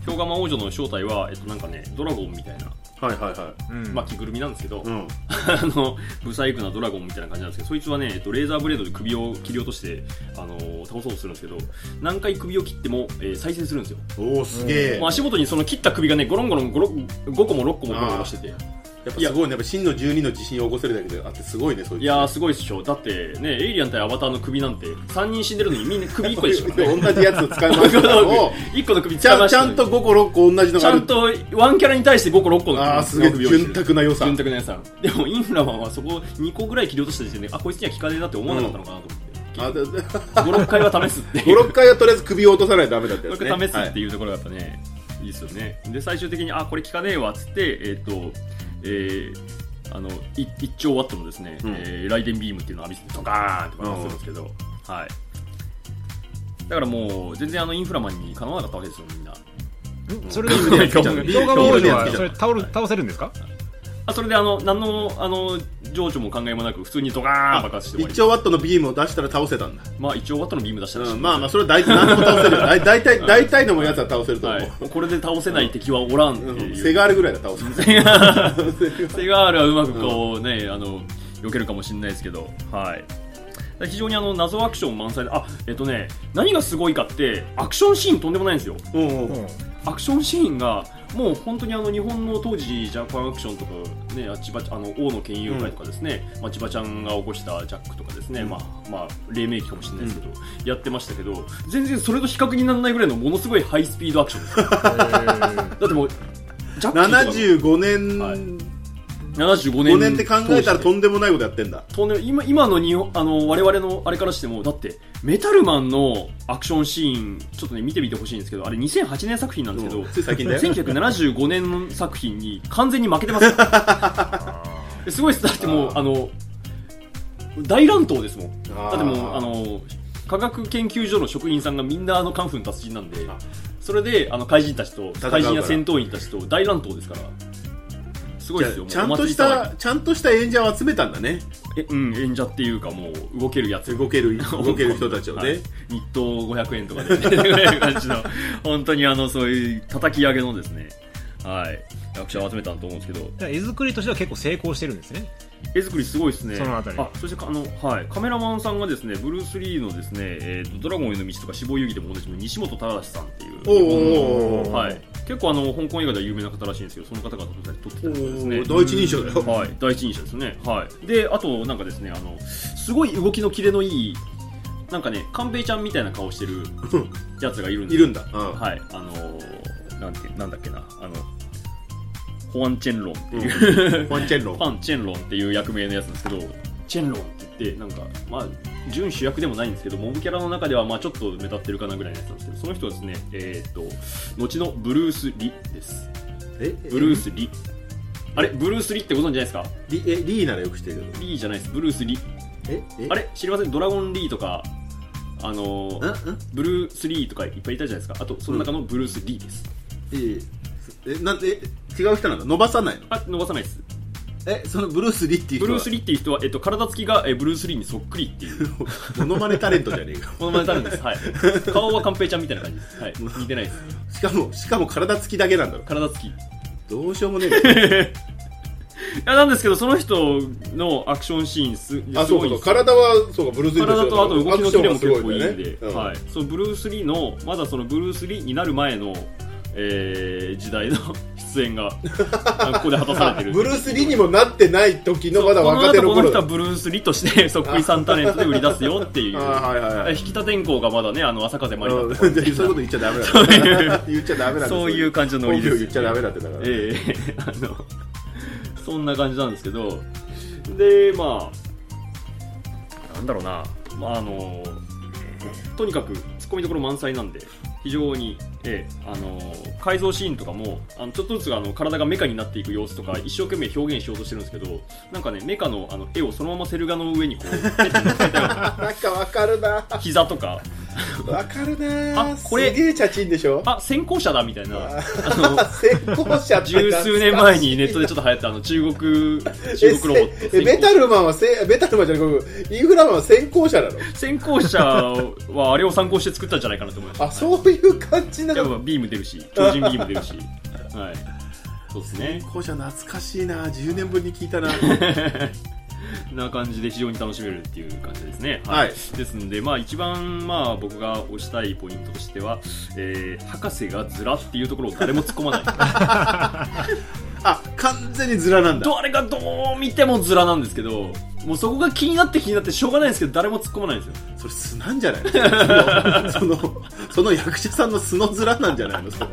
Speaker 2: 氷河魔王女の正体は、えっと、なんかねドラゴンみたいな、
Speaker 3: はいはいは
Speaker 1: うん
Speaker 2: まあ、着ぐるみなんですけど、
Speaker 3: い。うん。
Speaker 2: あの、ブサイクなドラゴンみたいな感じなんですけど、そいつはね、えっと、レーザーブレードで首を切り落として、あのー倒そうとするんですけど、何回首を切っても、えー再生するんですよ。
Speaker 3: おおすげ
Speaker 2: もう
Speaker 3: え。やっ
Speaker 2: 足元にその切った首がね、ゴロンゴロンゴロン5個も6個もゴロンゴロンしてて。
Speaker 3: ぱすごいね。やっぱ真の12の地震を起こせるだけであってすごいね、そういう。
Speaker 2: いやー、すごいっしょ。だって、ね、エイリアン対アバターの首なんて、3人死んでるのに
Speaker 3: (laughs)
Speaker 2: みんな首1個でしょ。
Speaker 3: 同じやつを使いましたを、
Speaker 2: 1個の首
Speaker 3: ち
Speaker 2: 使い
Speaker 3: ゃん
Speaker 2: まし
Speaker 3: ち
Speaker 2: た
Speaker 3: ゃ
Speaker 2: の
Speaker 3: ん
Speaker 2: に
Speaker 3: と5個6個同じの
Speaker 2: ち
Speaker 3: があ
Speaker 2: ゃ
Speaker 3: る
Speaker 2: ん。と、ワンキャラに対して5個6個の首
Speaker 3: ああ、すげえ。
Speaker 2: 首を切る
Speaker 3: 潤沢な予算
Speaker 2: 潤。沢なやつなんでもインフラマンはそこ2個ぐらい切り落とした時点であこいつには効かねえなって思わなかったのかなと思って、
Speaker 3: (laughs) あで
Speaker 2: 56回は試すって
Speaker 3: 5、
Speaker 2: いう
Speaker 3: 6回はとりあえず首を落とさないとダメだったやつね。
Speaker 2: 56回試すって
Speaker 3: い
Speaker 2: いうところがやっぱね、い、いですよねで最終的にあこれ効かねえわっつってえっ、とえーあのい一兆ワットのですね、
Speaker 3: うん
Speaker 2: えーライデンビームっていうのを浴びせてドカーンって爆発するんですけど、はいだからもう全然あのインフラマンにかなわなかったわけですよみんな
Speaker 1: うんそれで氷河氷
Speaker 3: 氷
Speaker 1: 河
Speaker 3: 河
Speaker 1: 王
Speaker 3: の
Speaker 1: 女
Speaker 3: や
Speaker 1: は
Speaker 3: つ
Speaker 1: それ倒る倒せるんですか
Speaker 2: あそれであの何のあの情緒も考えもなく普通にドカーン爆発して終わ
Speaker 3: 1
Speaker 2: り
Speaker 3: 兆ワットのビームを出したら倒せたんだ。
Speaker 2: まあ一応ワットのビーム出したらしいんです
Speaker 3: うん、
Speaker 2: よ
Speaker 3: まあまあ、それは大体何でも倒 (laughs) せる。大大体、大体のやつは倒せると思
Speaker 2: は
Speaker 3: う。
Speaker 2: い、もうこれで倒せない敵はおらんって
Speaker 3: うん
Speaker 2: いう、
Speaker 3: セガールぐらいだ倒せる。
Speaker 2: セガールセガールはうまくこうね、あの避けるかもしれないですけど、はい、非常にあの謎アクション満載であえっとね何がすごいかってアクションシーンとんでもないんですよ
Speaker 3: うんう
Speaker 1: うん
Speaker 3: ん。
Speaker 2: アクションシーンがもう本当にあの日本の当時ジャパンアクションとか、ね、あ千葉あの王の県友会とかですね、まあ、千葉ちゃんが起こしたジャックとかですね、まあまあ、黎明期かもしれないですけど、やってましたけど全然それと比較にならないぐらいのものすごいハイスピードアクションですだってもうジャッキーとかも
Speaker 3: 75年
Speaker 2: 75年
Speaker 3: 5年って考えたらとんでもないことやってんだ。
Speaker 2: とんでも今今のにあの我々のあれからしてもだってメタルマンのアクションシーンちょっとね見てみてほしいんですけどあれ2008年作品なんですけど、
Speaker 3: うんつい最近 (laughs) だよ
Speaker 2: 1975年の作品に完全に負けてますよすご (laughs) いですだってもう
Speaker 3: あー
Speaker 2: あの大乱闘ですもんだ
Speaker 3: あー
Speaker 2: ってもうあの科学研究所の職員さんがみんなあのカンフン達人なんで
Speaker 3: あ
Speaker 2: それであの怪人たちと
Speaker 3: 戦うから
Speaker 2: 怪人や戦闘員たちと大乱闘ですからすごいですよ
Speaker 3: ちゃん
Speaker 2: もうお
Speaker 3: と
Speaker 2: 祭
Speaker 3: し
Speaker 2: り騒ぎ
Speaker 3: た、ちゃんとした演者を集めたんだね。
Speaker 2: えうん演者っていうかもう動けるやつ
Speaker 3: 動 (laughs) ける、動ける人たちを
Speaker 2: はい
Speaker 3: ね。
Speaker 2: 日当500円とかですね (laughs) ぐらいの感じの本当にあのそういう叩き上げのですねはい役者を集めたんと思うんですけど
Speaker 1: 絵作りとしては結構成功してるんですね
Speaker 2: 絵作りすごいですね
Speaker 1: そのあたり
Speaker 2: あそしてかあの、はい、カメラマンさんがですねブルース・リーのですね、えーと「ドラゴンへの道」とか「死亡遊戯」でもおなじみの西本忠さんっていう
Speaker 3: おーおーおーおー
Speaker 2: はい、結構あの香港映画では有名な方らしいんですけどその方が撮ってたりとかですね
Speaker 3: おー第一人称だよ。
Speaker 2: はい、第一印象ですね。はい。で、あと、なんかですね、あの、すごい動きのキレのいい、なんかね、寛平ちゃんみたいな顔してるやつがいるんで
Speaker 3: い
Speaker 2: す
Speaker 3: るんだ。うん
Speaker 2: はい。あのーなんて、なんだっけな、あの、ホアン・チェンロンっていう、
Speaker 3: ファンチェンロン
Speaker 2: フ。ァン・チェンロンっていう役名のやつなんですけど、チェンロンって言って、なんか、まあ、準主役でもないんですけど、モブキャラの中では、まあ、ちょっと目立ってるかなぐらいのやつなんですけど、その人はですね、えーっと、後のブルース・リです。
Speaker 3: え
Speaker 2: ブルース・リ。あれ、ブルース・リってご存知ないですか
Speaker 3: リえリーならよく知ってる
Speaker 2: リーじゃないです、ブルース・リ。
Speaker 3: けど。ええ
Speaker 2: あれ知りません、ドラゴン・リーとか、あの
Speaker 3: ん
Speaker 2: ー
Speaker 3: ん
Speaker 2: ブルース・リーとかいっぱいいたじゃないですか。あと、その中のブルース・リーです。
Speaker 3: いいえ、なんで、え違う人なんだ伸ばさないの
Speaker 2: あ、伸ばさないです。
Speaker 3: え、そのブルース・リーっていう
Speaker 2: ブ
Speaker 3: 人
Speaker 2: ルース・
Speaker 3: リ
Speaker 2: リーっていう人は、えっと、体つきがえブルース・リーにそっくりっていう、
Speaker 3: ー。 (laughs) モノマネタレントじゃねえか。
Speaker 2: このままになるんです。はい。顔はカンペイちゃんみたいな感じです。はい。似てないです。
Speaker 3: しかも、しかも体つきだけなんだろ。
Speaker 2: 体つき。い
Speaker 3: どうしようもねえ
Speaker 2: (laughs)
Speaker 3: な
Speaker 2: や、なんですけど、その人のアクションシーンす、
Speaker 3: あ、
Speaker 2: す
Speaker 3: そ
Speaker 2: ごいで
Speaker 3: うかそう
Speaker 2: す。
Speaker 3: か。体は、そうか、ブルース・リー
Speaker 2: 体とあと動きのキレも結構いいんで、
Speaker 3: は
Speaker 2: はいい、そのブルース・リーのまだそのブルース・リーになる前の、えー時代の (laughs) 出演があここで果たされてる
Speaker 3: (laughs) ブルース・リーにもなってない時の
Speaker 2: そう
Speaker 3: まだ若手の
Speaker 2: この
Speaker 3: 頃
Speaker 2: 人は
Speaker 3: だ
Speaker 2: ブルース・リーと
Speaker 3: (laughs)
Speaker 2: してそっくりさんタレントで売り出すよっていう、
Speaker 3: あーはいはいはい
Speaker 2: 引き立てんこがまだねあの朝風まりだ
Speaker 3: うん
Speaker 2: っ
Speaker 3: そう
Speaker 2: た
Speaker 3: いうこと言っちゃダメだよ (laughs) 言っちゃダメなんだ
Speaker 2: そういう感じのノリです
Speaker 3: 本名言っちゃダメだってだから
Speaker 2: ええ (laughs) あのそんな感じなんですけどでまあなんだろうなまああのとにかくツッコミどころ満載なんで非常に、ええあの改造シーンとかもあのちょっとずつあの体がメカになっていく様子とか一生懸命表現しようとしてるんですけどなんかねメカのあの絵をそのままセル画の上にこう
Speaker 3: (laughs)
Speaker 2: ペッて乗っけたような
Speaker 3: なんかわかるな
Speaker 2: 膝とか
Speaker 3: わかるな
Speaker 2: あこれ
Speaker 3: すげえチャチンでしょ
Speaker 2: あ先行者だみたいなあの
Speaker 3: 成功者って
Speaker 2: 十数年前にネットでちょっと流行ったあの中国中国ロボット
Speaker 3: え
Speaker 2: 先
Speaker 3: せえメ
Speaker 2: 行
Speaker 3: タルマンはせメタルマンじゃなくインフラマンは先行者なの
Speaker 2: 先行者はあれを参考して作ったんじゃないかなと思いまし
Speaker 3: (laughs)
Speaker 2: た
Speaker 3: あそういう感じな
Speaker 2: やっ
Speaker 3: の
Speaker 2: ぱビーム出るし超人ビーム出
Speaker 3: (laughs)
Speaker 2: るしはいそうですね
Speaker 3: 先行者懐かしいな10年分に聞いたな
Speaker 2: な感じで非常に楽しめるっていう感じですね
Speaker 3: はい
Speaker 2: ですのでまあ一番まあ僕が推したいポイントとしては、えー、博士がズラっていうところを誰も突っ込ま
Speaker 3: (laughs)
Speaker 2: ない
Speaker 3: あ完全にズラなんだ
Speaker 2: どれがどう見てもズラなんですけどもうそこが気になって気になってしょうがないんですけど誰も突っ込まないんですよ
Speaker 3: それ素なんじゃないの (laughs) そのそのその役者さんの素のズラなんじゃないのそれ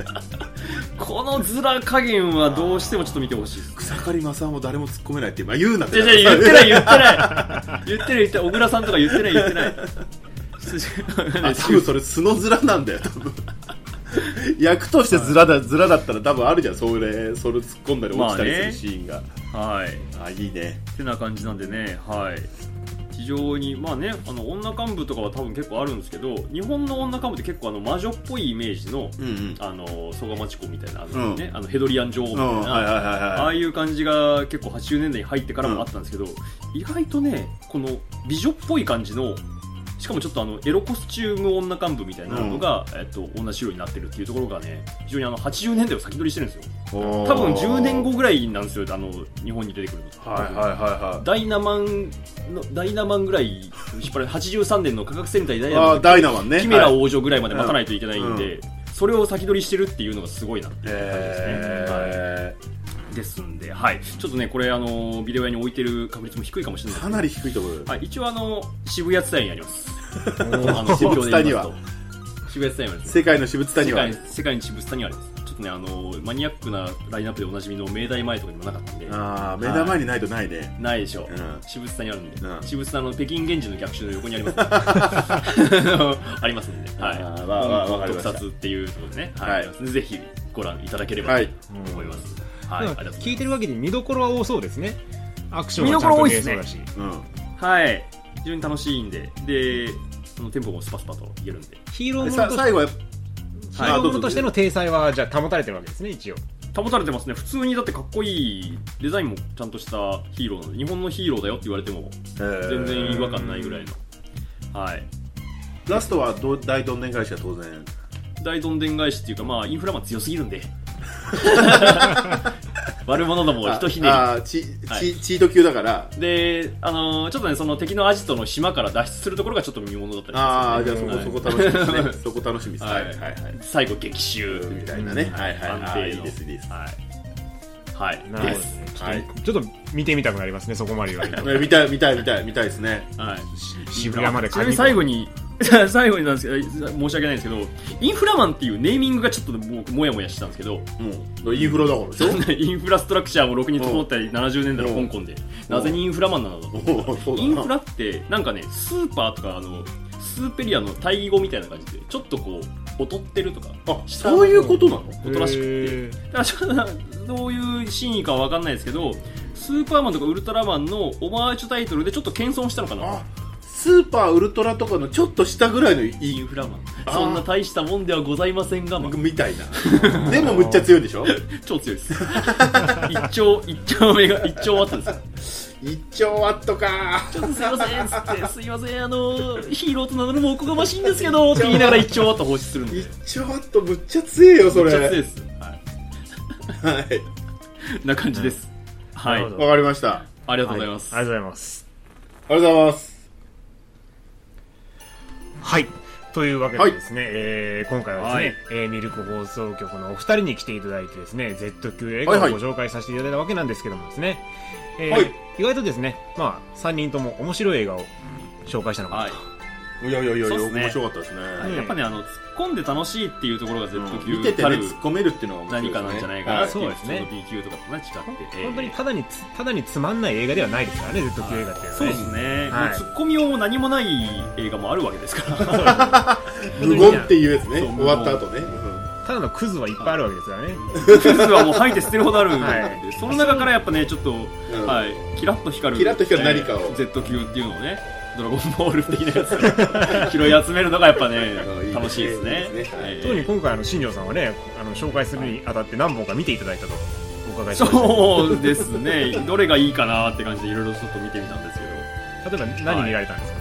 Speaker 2: このズラ加減はどうしてもちょっと見てほしいです
Speaker 3: 草刈正雄も誰も突っ込めないって今言うなっ
Speaker 2: じ
Speaker 3: て
Speaker 2: ゃじゃ言ってない言ってない言ってない言ってない小倉さんとか言ってない言ってない
Speaker 3: あ多分それ素のズラなんだよ多分役としてズラだズラだったら多分あるじゃんそれそれ突っ込んだり落ちたりするシーンが、
Speaker 2: はい
Speaker 3: あいいね
Speaker 2: てな感じなんでねはい非常にまあねあの女幹部とかは多分結構あるんですけど日本の女幹部って結構あの魔女っぽいイメージの
Speaker 3: うんうん
Speaker 2: あの蘇我町子みたいなあ
Speaker 3: う
Speaker 2: の、
Speaker 3: ん
Speaker 2: ねあのヘドリアン女王みたいな、
Speaker 3: はいはいはい
Speaker 2: あ
Speaker 3: は
Speaker 2: あ
Speaker 3: い
Speaker 2: いう感じが結構80年代に入ってからもあったんですけど、意外とねこの美女っぽい感じのしかもちょっとあのエロコスチューム女幹部みたいなのが、えっと、同じ色になってるっていうところがね非常にあの80年代を先取りしてるんですよ多
Speaker 3: 多
Speaker 2: 分10年後ぐらいなんですよあの日本に出てくるのと
Speaker 3: はいはいはいは
Speaker 2: ダイナマンのダイナマンぐらい引っ張られ83年の科学戦隊ダイ
Speaker 3: い
Speaker 2: ナマ
Speaker 3: あ
Speaker 2: ン
Speaker 3: ーダイナマンね
Speaker 2: キメラ
Speaker 3: はい
Speaker 2: 王女ぐらいまで待たないといけないんで、
Speaker 3: はい
Speaker 2: それを先取りしてるっていうのがすごいなっていう感じですね、はい
Speaker 3: え
Speaker 2: ですんで、はい、ちょっとね、これあの、ビデオ屋に置いてる確率も低いかもしれない
Speaker 3: ー
Speaker 2: で
Speaker 3: か
Speaker 2: す
Speaker 3: なり低いところだよ
Speaker 2: はい、一応あの渋谷伝えにあります、 (laughs) あの
Speaker 3: 渋谷 (laughs)
Speaker 2: 東京で言います
Speaker 3: に
Speaker 2: と渋谷伝えにあります、
Speaker 3: 世界の私物谷
Speaker 2: 世
Speaker 3: は
Speaker 2: 界世界に渋谷にあります、ちょっとですねあのマニアックなラインナップでおなじみの明大前とかにもなかったんで
Speaker 3: ああ目玉にないとないね、
Speaker 2: ないでしょう、
Speaker 3: うん
Speaker 2: 私物さんにあるんで、
Speaker 3: うん
Speaker 2: 私物さんの北京源氏の逆襲の横にあり
Speaker 3: (laughs)
Speaker 2: ますんでありますんで、はい、
Speaker 3: あーわわわかりました
Speaker 2: 特撮っていうことでね、
Speaker 3: はい
Speaker 2: はい、ぜひご覧いただければと思います。はい、
Speaker 1: なん
Speaker 2: あ
Speaker 1: か
Speaker 2: りがとう
Speaker 1: 聞
Speaker 2: ござい
Speaker 1: い
Speaker 2: ます。
Speaker 1: てる限り見どころは多そうですねアクション
Speaker 2: 見
Speaker 1: は
Speaker 2: ど
Speaker 1: ち
Speaker 2: こ
Speaker 1: ゃん
Speaker 2: ろ
Speaker 1: と
Speaker 2: 多い
Speaker 1: 見え
Speaker 2: っす
Speaker 1: そ
Speaker 2: ね
Speaker 1: うだし、
Speaker 3: うん、
Speaker 2: はい、非常に楽しいんで、で、そのテンポもスパスパといけるんで、
Speaker 1: ヒーロー
Speaker 3: で
Speaker 1: も
Speaker 3: さ
Speaker 1: のとして
Speaker 3: 最後は
Speaker 1: ヒ
Speaker 3: はい
Speaker 1: ーローものとしての体裁はじゃあ保たれてるわけですね一応
Speaker 2: 保たれてますね、普通にだってかっこいい、デザインもちゃんとしたヒーローなので、日本のヒーローだよって言われても、全然違和感ないぐらいの。はい
Speaker 3: ラストはど大どんでん返しは当然
Speaker 2: 大どんでん返しっていうか、まあ、インフラマン強すぎるんで。 (laughs) 悪者どもをひとひね
Speaker 3: ああチ
Speaker 2: はい
Speaker 3: チチート級だから
Speaker 2: り。で、あのーちょっとね、その敵のアジトの島から脱出するところがちょっと見ものだったり
Speaker 3: ああじゃあそ
Speaker 2: し
Speaker 3: こ、
Speaker 2: ます
Speaker 3: そ
Speaker 2: よ
Speaker 3: こ
Speaker 2: ね
Speaker 3: 楽しみですねそこ楽しみです
Speaker 2: は
Speaker 3: はいいはいはい
Speaker 2: 最後、激臭
Speaker 3: みたいなねはいはい
Speaker 2: 安
Speaker 3: あー
Speaker 2: 定
Speaker 3: い
Speaker 2: の
Speaker 3: いですいいです
Speaker 2: はい。
Speaker 1: な
Speaker 2: は
Speaker 1: る
Speaker 2: い。で
Speaker 1: ほど
Speaker 2: す。
Speaker 1: ねちょっと
Speaker 3: はい
Speaker 1: ちょっと見てみたくなりますねそこまで言われると
Speaker 3: ね見たい見たい見たい見たいですね
Speaker 2: はい。
Speaker 1: 渋谷まで
Speaker 2: ちな
Speaker 1: 買いに行こ
Speaker 2: みに
Speaker 1: う
Speaker 2: 最後に、最後になん (laughs) ですけど、申し訳ないんですけど、インフラマンっていうネーミングがちょっと僕、もやもやしてたんですけど、
Speaker 3: うんインフラだからでしょ
Speaker 2: (laughs) インフラストラクチャーもろくに整ったり、70年代の香港で、なぜにインフラマンなのだと。
Speaker 3: おうそうだな
Speaker 2: インフラってなんかねスーパーとかあのスーペリアの対義語みたいな感じでちょっとこう劣ってるとか
Speaker 3: あそういうことなの
Speaker 2: おとなしく
Speaker 1: へー
Speaker 2: だからちょっとどういう真意かは分かんないですけどスーパーマンとかウルトラマンのオマージュタイトルでちょっと謙遜したのかな
Speaker 3: あスーパーウルトラとかのちょっと下ぐらいのい
Speaker 2: イ
Speaker 3: い
Speaker 2: ンフラマン
Speaker 3: あー
Speaker 2: そんな大したもんではございませんが、まあ
Speaker 3: みたいなでもむっちゃ強いでしょ
Speaker 2: 超強いです一丁一丁目が一丁ワットです
Speaker 3: 一兆ワットか
Speaker 2: ちょっとすいませんっつってすいませんあのヒーローと名乗るもおこがましいんですけどって言いながら一丁ワット放出するんでめっ
Speaker 3: 一兆ワットむっちゃ強いよそれ
Speaker 2: ちゃ強いです、はい
Speaker 3: はい
Speaker 2: な感じです。はい。
Speaker 1: なるほ
Speaker 2: あり
Speaker 1: ど
Speaker 3: わかりました。
Speaker 2: が
Speaker 3: あ
Speaker 2: とうございます。
Speaker 1: はいありがとうございます
Speaker 3: りがとうございます。
Speaker 1: はい。というわけでですね、えー今回はですね、
Speaker 2: はい
Speaker 1: えーミルク放送局のお二人に来ていただいてですね、Z 級映画を
Speaker 3: はい
Speaker 1: ご
Speaker 3: はい
Speaker 1: 紹介させていただいたわけなんですけどもですね、えー
Speaker 3: はい
Speaker 1: 意外とですね、まあ、3人とも面白い映画を紹介したのかな
Speaker 2: はい
Speaker 1: と。
Speaker 3: いやいやいやい
Speaker 2: そ
Speaker 3: や、
Speaker 2: うっすね
Speaker 3: 面白かったですね。
Speaker 2: はいやっぱね、あの、突っ込んで楽しいっていうところが Z
Speaker 3: うん
Speaker 2: 級
Speaker 3: 見てて
Speaker 2: た
Speaker 3: ね、
Speaker 2: る
Speaker 3: 突っ込めるっていうのは面白
Speaker 2: 何
Speaker 3: いですね
Speaker 2: かなんじゃないかな
Speaker 3: は
Speaker 2: っていう、
Speaker 1: そうですね
Speaker 2: 普通の B 級とかとね、違って。
Speaker 1: 本当に
Speaker 2: えー
Speaker 1: ただにつ、ただにつまんない映画ではないですからね、Z 級映画っていうのはね。
Speaker 2: そうですね。
Speaker 1: はい
Speaker 2: もう突っ込みようも何もない映画もあるわけです (laughs) から。
Speaker 3: 無言っていうやつね、
Speaker 2: そう
Speaker 3: 終わった後ね。
Speaker 1: ただのクズはいっぱいあるわけですからね。
Speaker 2: クズはもう吐いて捨てるほどあるんで、
Speaker 1: はい
Speaker 2: その中からやっぱね、ちょっと、
Speaker 3: うん
Speaker 2: はい、キラッと光る。
Speaker 3: キラッと光る何かを
Speaker 2: Z 級っていうのをね、ドラゴンボール的なやつ (laughs) を拾い集めるのがやっぱね
Speaker 3: うんいいで、す
Speaker 2: 楽しいですね
Speaker 3: いいです。ねはい
Speaker 2: はい
Speaker 1: 特に今回、あの、新庄さんはね、あの、紹介するにあたって何本か見ていただいたとお伺いしましたけど。
Speaker 2: そうですね、どれがいいかなって感じでいろいろちょっと見てみたんですけど、
Speaker 1: 例えば何見られたんですか、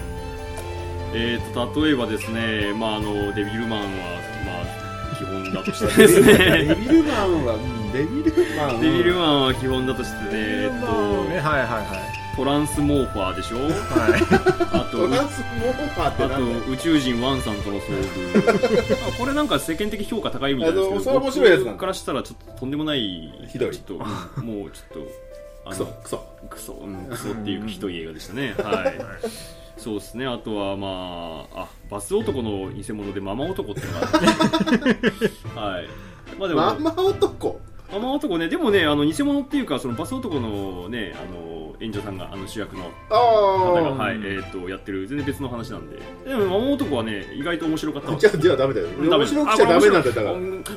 Speaker 2: えー、と例えばですね、まあ、あのデビルマンは、まあ、基本だとしてです
Speaker 3: デ
Speaker 2: ね、
Speaker 3: ビルマンは、うんデビルマンは。
Speaker 2: デビルマンは基本だとしてね、えっ
Speaker 1: ね、
Speaker 2: と、
Speaker 1: はいはいはい。
Speaker 2: トランスモーファーでしょ、
Speaker 1: は
Speaker 2: (laughs)
Speaker 1: い。
Speaker 2: あと
Speaker 3: トランスモーファーって
Speaker 2: あ
Speaker 3: なんだよ
Speaker 2: と宇宙人ワンさんとの遭遇あ (laughs) これなんか世間的評価高いみたいですけ
Speaker 3: あ
Speaker 2: ど
Speaker 3: のそれ面白いやつなんだ
Speaker 2: 僕からしたらちょっととんでもない
Speaker 3: ひどい
Speaker 2: ちょっとうん (laughs) もうちょっとあ
Speaker 3: ク
Speaker 2: の
Speaker 3: ソ、クソ。
Speaker 2: クソ、うん、クソっていうひどい映画でした
Speaker 3: (laughs)
Speaker 2: ね。はい。そうですね。あとは、まあ、あ、バス男の偽物でママ男ってのが
Speaker 3: (laughs)
Speaker 2: あって。はい。まあでも、
Speaker 3: ママ男。
Speaker 2: ママ男ね、でもね、あの、偽物っていうか、そのバス男のね、あの、演者さんが、あの、主役の
Speaker 3: あ
Speaker 2: 方が、
Speaker 3: あ。
Speaker 2: はい、えっ、と、やってる、全然別の話なんで。でも、ママ男はね、意外と面白かったわ
Speaker 3: じゃあ、じゃあダメだよ。面白くちゃダメなんだよだから。
Speaker 2: ら。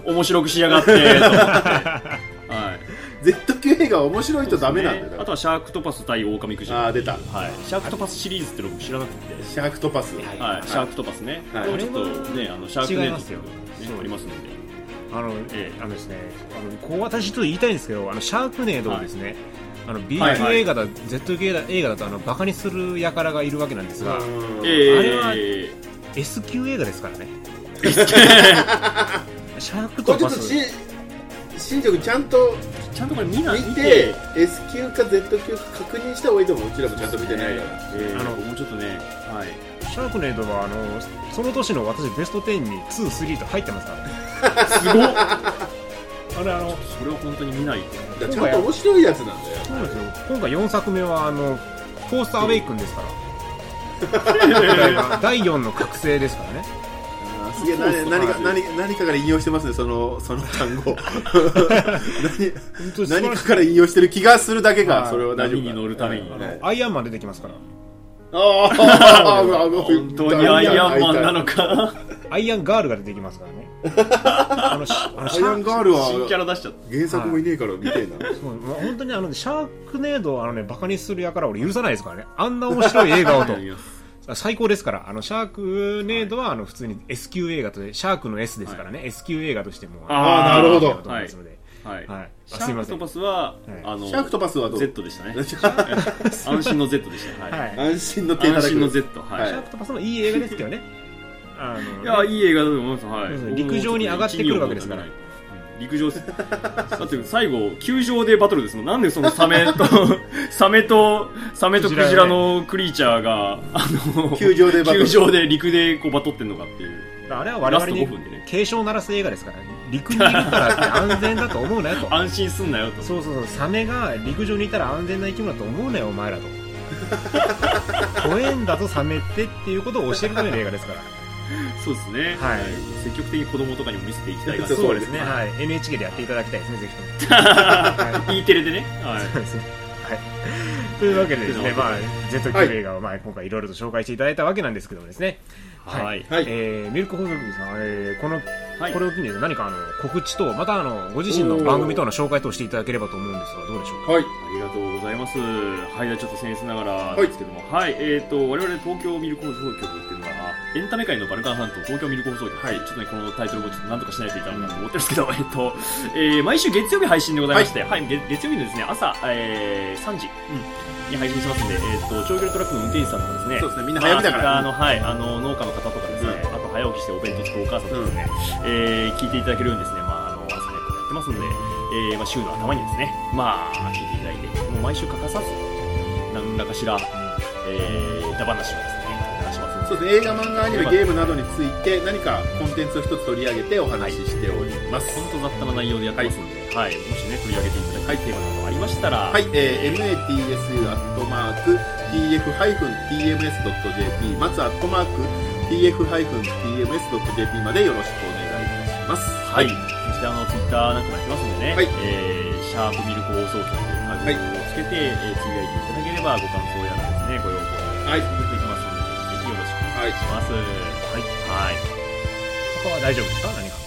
Speaker 2: 面白くしや
Speaker 3: (laughs)
Speaker 2: がって、と思って。はい。
Speaker 3: Z 級映画は面白いとダメなんだよだ
Speaker 2: あ
Speaker 3: か
Speaker 2: とはシャークトパス対オオカミくじ。
Speaker 3: ら。ああ、出た。
Speaker 2: はい、シャークトパスシリーズっての僕知らなくて、
Speaker 3: シャークトパス。
Speaker 2: はい、シャークトパスね、
Speaker 3: はい
Speaker 2: これもちょっとね、あのシャークネートっていうのがね
Speaker 1: 違いますよ
Speaker 2: ありますんで、
Speaker 1: あの、
Speaker 2: ええ
Speaker 1: あのですね、あの、こう私ちょっと言いたいんですけど、あの、シャークネードをですね、あの、B 級
Speaker 2: はいはい
Speaker 1: 映画だ、Z 級映画だと、あの、バカにする輩がいるわけなんですが、
Speaker 3: うん
Speaker 1: あれは
Speaker 2: えー
Speaker 1: S 級映画ですからね。シャーク
Speaker 3: ことれちょ
Speaker 1: パ
Speaker 3: っと
Speaker 1: ス
Speaker 3: し、新庄君ちゃんと
Speaker 2: ちゃんとこれ見な
Speaker 3: 見て、S 級か Z 級か確認した方がいいと思う。うちらもちゃんと見てないから。
Speaker 2: えー
Speaker 1: あの
Speaker 2: もうちょっとね、はい、
Speaker 1: シャークネードは、あの、その年の私ベスト10に2、3と入ってますからね。
Speaker 2: (laughs) すごっ、
Speaker 1: あれ、あの、
Speaker 2: それは本当に見
Speaker 3: (laughs)
Speaker 2: ないと、
Speaker 3: だからちゃんと面白いやつなんだよ。
Speaker 1: そうなんですよ。今回4作目は、あの、フォースアウェイクンですから。第4の覚醒ですからね。
Speaker 3: ああすげえな何か何か何かから引用してますねその (laughs) その単
Speaker 2: (laughs)
Speaker 3: 語
Speaker 1: 当に素晴らしい
Speaker 3: 何何かから引用してる気がするだけ
Speaker 1: は
Speaker 3: が
Speaker 1: い
Speaker 3: それは大丈
Speaker 2: 波
Speaker 3: 夫
Speaker 2: に乗るために、
Speaker 1: あのアイアンマン出てきますから
Speaker 3: あ (laughs) あ本
Speaker 2: 本当にアイアンマンなのか
Speaker 1: アイアンガールが出てきますからねあのしあの
Speaker 3: ア
Speaker 1: シ
Speaker 3: イ
Speaker 1: ャ
Speaker 3: ア
Speaker 1: ー
Speaker 3: ン
Speaker 1: ク
Speaker 3: ガール
Speaker 2: 新キャ
Speaker 3: は
Speaker 2: ラ出しちゃっ
Speaker 3: 原作もいねえから見てえな
Speaker 1: そうもう本当にあのねシャークネードをあのねバカにするやから俺許さないですからねあんな面白い映画をと
Speaker 2: たいや
Speaker 1: 最高ですからあのシャークネードはあの普通に S 級映画としてシャークの S ですからね、S 級映画としても
Speaker 2: あー
Speaker 1: の
Speaker 3: なるほど
Speaker 1: 映画と思いますので
Speaker 2: はい、
Speaker 1: はい
Speaker 2: シ
Speaker 1: あ
Speaker 2: ャ
Speaker 1: すい
Speaker 2: ー
Speaker 1: ま
Speaker 2: ク
Speaker 1: せ
Speaker 2: ト
Speaker 1: ん
Speaker 2: パスは、あの
Speaker 3: シャークトパスはどう
Speaker 2: Z で (laughs) したね安心の Z でしたはい、
Speaker 1: はい
Speaker 3: 安心の手
Speaker 2: 安
Speaker 3: 叩
Speaker 2: 心の
Speaker 3: く
Speaker 2: Z はい、
Speaker 3: はい
Speaker 1: シャークとパスもいい映画ですけどねあのね
Speaker 2: いやいい映画だと思います、は
Speaker 1: そうです
Speaker 2: い、
Speaker 1: ね陸上に上がってくるわけですから
Speaker 2: うん陸上ですだって最後球場でバトルですもんなんでそのサメ (laughs) とサメとサメとクジラのクリーチャーがあの
Speaker 3: 球場でバトル
Speaker 2: 球場で陸でこうバトってんのかっていう
Speaker 1: あれは我々
Speaker 2: ラ
Speaker 1: に
Speaker 2: スト5分でね
Speaker 1: 警鐘を鳴らす映画ですから陸にいるからって安全だと思うなよと
Speaker 2: (laughs) 安心すんなよと
Speaker 1: そうそうそうサメが陸上にいたら安全な生き物だと思うなよお前らと怖えんだぞサメってっていうことを教えるための映画ですから
Speaker 2: そうですね、
Speaker 1: はい
Speaker 2: 積極的に子供とかにも見せていきたいが
Speaker 3: そう
Speaker 1: そうで
Speaker 3: で
Speaker 1: すすね、
Speaker 3: ね
Speaker 1: はい、NHK でやっていただきたいですね、ぜひとも。 (laughs) は
Speaker 2: E テレでね、はい
Speaker 1: い、そうですね。はい。というわけでですね、
Speaker 2: というわ
Speaker 1: まあ
Speaker 2: けで、
Speaker 1: Z 級
Speaker 3: はい
Speaker 1: 映画を、まあ、今回いろいろと紹介していただいたわけなんですけどもですね。はい
Speaker 2: はい
Speaker 3: はい
Speaker 1: えーミルク放送局さん、えーこの、
Speaker 2: はい
Speaker 1: これを機に何かあの告知と、またあの、ご自身の番組との紹介としていただければと思うんですが、どうでしょうか。
Speaker 3: はい
Speaker 2: ありがとうございます。はい、じゃあちょっと僭越ながら
Speaker 3: い
Speaker 2: ですけども、はい、えっ、と、我々東京ミルク放送局っていうのが、エンタメ界のバルカン半島東京ミルク放送局、はい、ちょっとね、このタイトルもちょっとなんとかしないといけないなと思ってるんですけど、 (laughs) えっ、と、えー毎週月曜日配信でございまして、はい、月月曜日のですね、朝、えー3時に配信しますんで、えっ、と、長距離トラックの運転手さんとかですね、
Speaker 3: そうですねみんな早めだか
Speaker 2: まあ
Speaker 3: ら
Speaker 2: あの、はい、あの、農家の方とかですね、あと早起きしてお弁当作るお母さんとかですね、えー聞いていただけるようにですね、まあ、あの、朝早くやってますので、えーまあ、週の頭にですね、まあ、聞いていただいて、もう毎週欠かさず、何らかしら、えー、歌話をですね、お願いしますので
Speaker 3: そうですね映画漫画アニメゲームなどについて何かコンテンツを一つ取り上げてお話ししております
Speaker 2: 本当雑多な内容でやってますんで、はい、もしね、取り上げていただきたいテーマなどがありましたら、
Speaker 3: はい、えー、matsu.tf-tms.jp 松アットマーク tf-tms.jp までよろしくお願いいたします。
Speaker 2: はい、そしてあのツイッターなんかもやってますんでね、
Speaker 3: はい
Speaker 2: えーシャープミルク放送局というタグをつけて、えーつぶやいていただければご感想やらですね、ご要望
Speaker 3: は
Speaker 2: で
Speaker 3: い、はい、
Speaker 2: きますので、ぜひよろしくお願いし
Speaker 3: はい、
Speaker 2: ます。はい。
Speaker 1: 他は大丈夫ですか何か。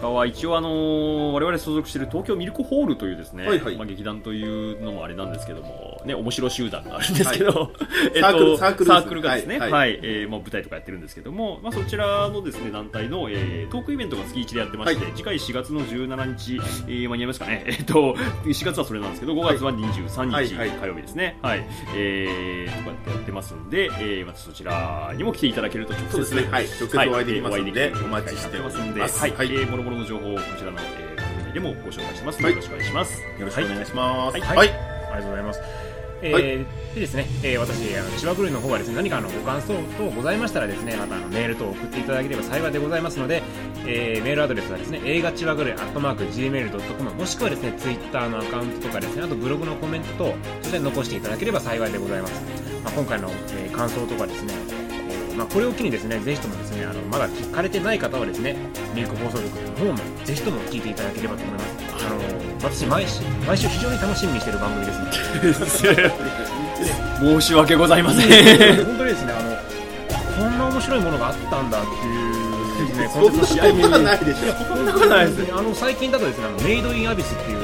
Speaker 2: 他は一応あのー我々所属している東京ミルクホールというですね、
Speaker 3: はいはい
Speaker 2: まあ、劇団というのもあれなんですけども、ね、面白集団があるんですけど、 (laughs) えっと
Speaker 3: サークルサークルです
Speaker 2: サークルが
Speaker 3: ね
Speaker 2: ですね、
Speaker 3: は
Speaker 2: はいい、
Speaker 3: は
Speaker 2: えーまあ、舞台とかやってるんですけども、まあ、そちらのですね、団体の、えートークイベントが月1でやってまして、
Speaker 3: は
Speaker 2: 次回4月の17日、えー間に合いますかね、えっと、4月はそれなんですけど、5月は23日、
Speaker 3: はいはい
Speaker 2: 火曜日ですね、はい、えー、とかってやってますんで、えー、またそちらにも来ていただけると直接
Speaker 3: そうですね、はい、直接お会いできますので、お待ちしております。
Speaker 2: はい、え
Speaker 3: よ
Speaker 2: ー、もろもろの情報をこちらの、えー、番組でもご紹介してますの
Speaker 3: はい
Speaker 2: で、よろしくお願いします。
Speaker 3: ろしくお願いします。
Speaker 2: はい
Speaker 1: は
Speaker 3: はい
Speaker 1: あ
Speaker 3: い、
Speaker 1: りがとうございます。えー
Speaker 3: は
Speaker 1: でですね、えー私、あの千葉クルーの方はですね、何かあのご感想等ございましたらですね、またあのメール等を送っていただければ幸いでございますので、えーメールアドレスはですね、映画千葉グルー、アットマーク、gmail.com、もしくはですね、ツイッターのアカウントとかですね、あとブログのコメント等、そして残していただければ幸いでございます。まあ、今回の、えー感想とかですね、えーまあ、これを機にですね、ぜひともですね、あの、まだ聞かれてない方はですね、ミルク放送局の方もぜひとも聞いていただければと思います。あの、私、毎週、毎週非常に楽しみにしている番組
Speaker 3: (laughs)
Speaker 1: ですので、
Speaker 2: 申し訳ご (laughs) ざいません。
Speaker 1: 本当にですねあのこんな面白いものがあったんだっていうですね
Speaker 3: (laughs) そんなことはないでしょ。
Speaker 1: こんなことないですねあの最近だとですねあのメイドインアビスっていう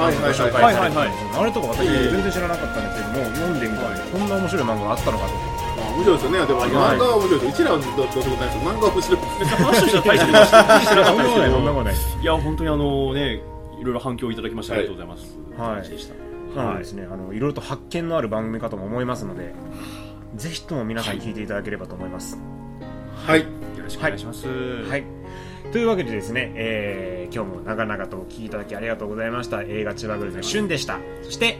Speaker 3: はい
Speaker 1: ご
Speaker 3: はいはい
Speaker 1: 紹介されてた
Speaker 2: は
Speaker 1: ん
Speaker 2: いはい
Speaker 1: ですけどあれとか私
Speaker 3: ええ
Speaker 1: 全然知らなかったんですけども読んでみたらこんな面白い漫画があったのかと
Speaker 3: あ面白いですよね、でも、漫画は面白いです。うちらはどうでもないです。漫画は面白いです。 (laughs)
Speaker 2: 話としては大して話してなか
Speaker 1: そ
Speaker 2: っ
Speaker 1: んな
Speaker 2: たで
Speaker 1: こ
Speaker 2: す
Speaker 1: とない
Speaker 2: け
Speaker 1: そんな
Speaker 2: ど
Speaker 1: こ、とない
Speaker 2: いや、本当にあのね、いろいろ反響いただきましてありがとうございます。
Speaker 1: はい
Speaker 2: いい話でした。
Speaker 1: そうですねあのいろいろと発見のある番組かとも思いますのでぜひとも皆さん聞いていただければと思います
Speaker 3: はい、
Speaker 2: よろしくお願いします。
Speaker 1: は
Speaker 2: はい。
Speaker 1: い。というわけでですね、えー今日も長々とお聞きいただきありがとうございました。映画千葉グルーの旬でした。そして、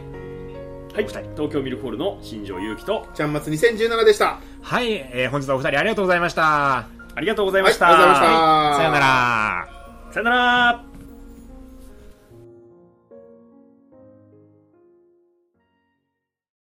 Speaker 1: お二人。
Speaker 2: 東京ミルクホールの新庄祐希と、
Speaker 3: ちゃんまつ2017でした。
Speaker 1: はい、えー本日はお二人ありがとうございました。
Speaker 2: ありがとうござい
Speaker 3: は
Speaker 2: ま
Speaker 3: い、ありが
Speaker 2: した。
Speaker 3: とうございました。
Speaker 1: さよなら。
Speaker 2: さよなら。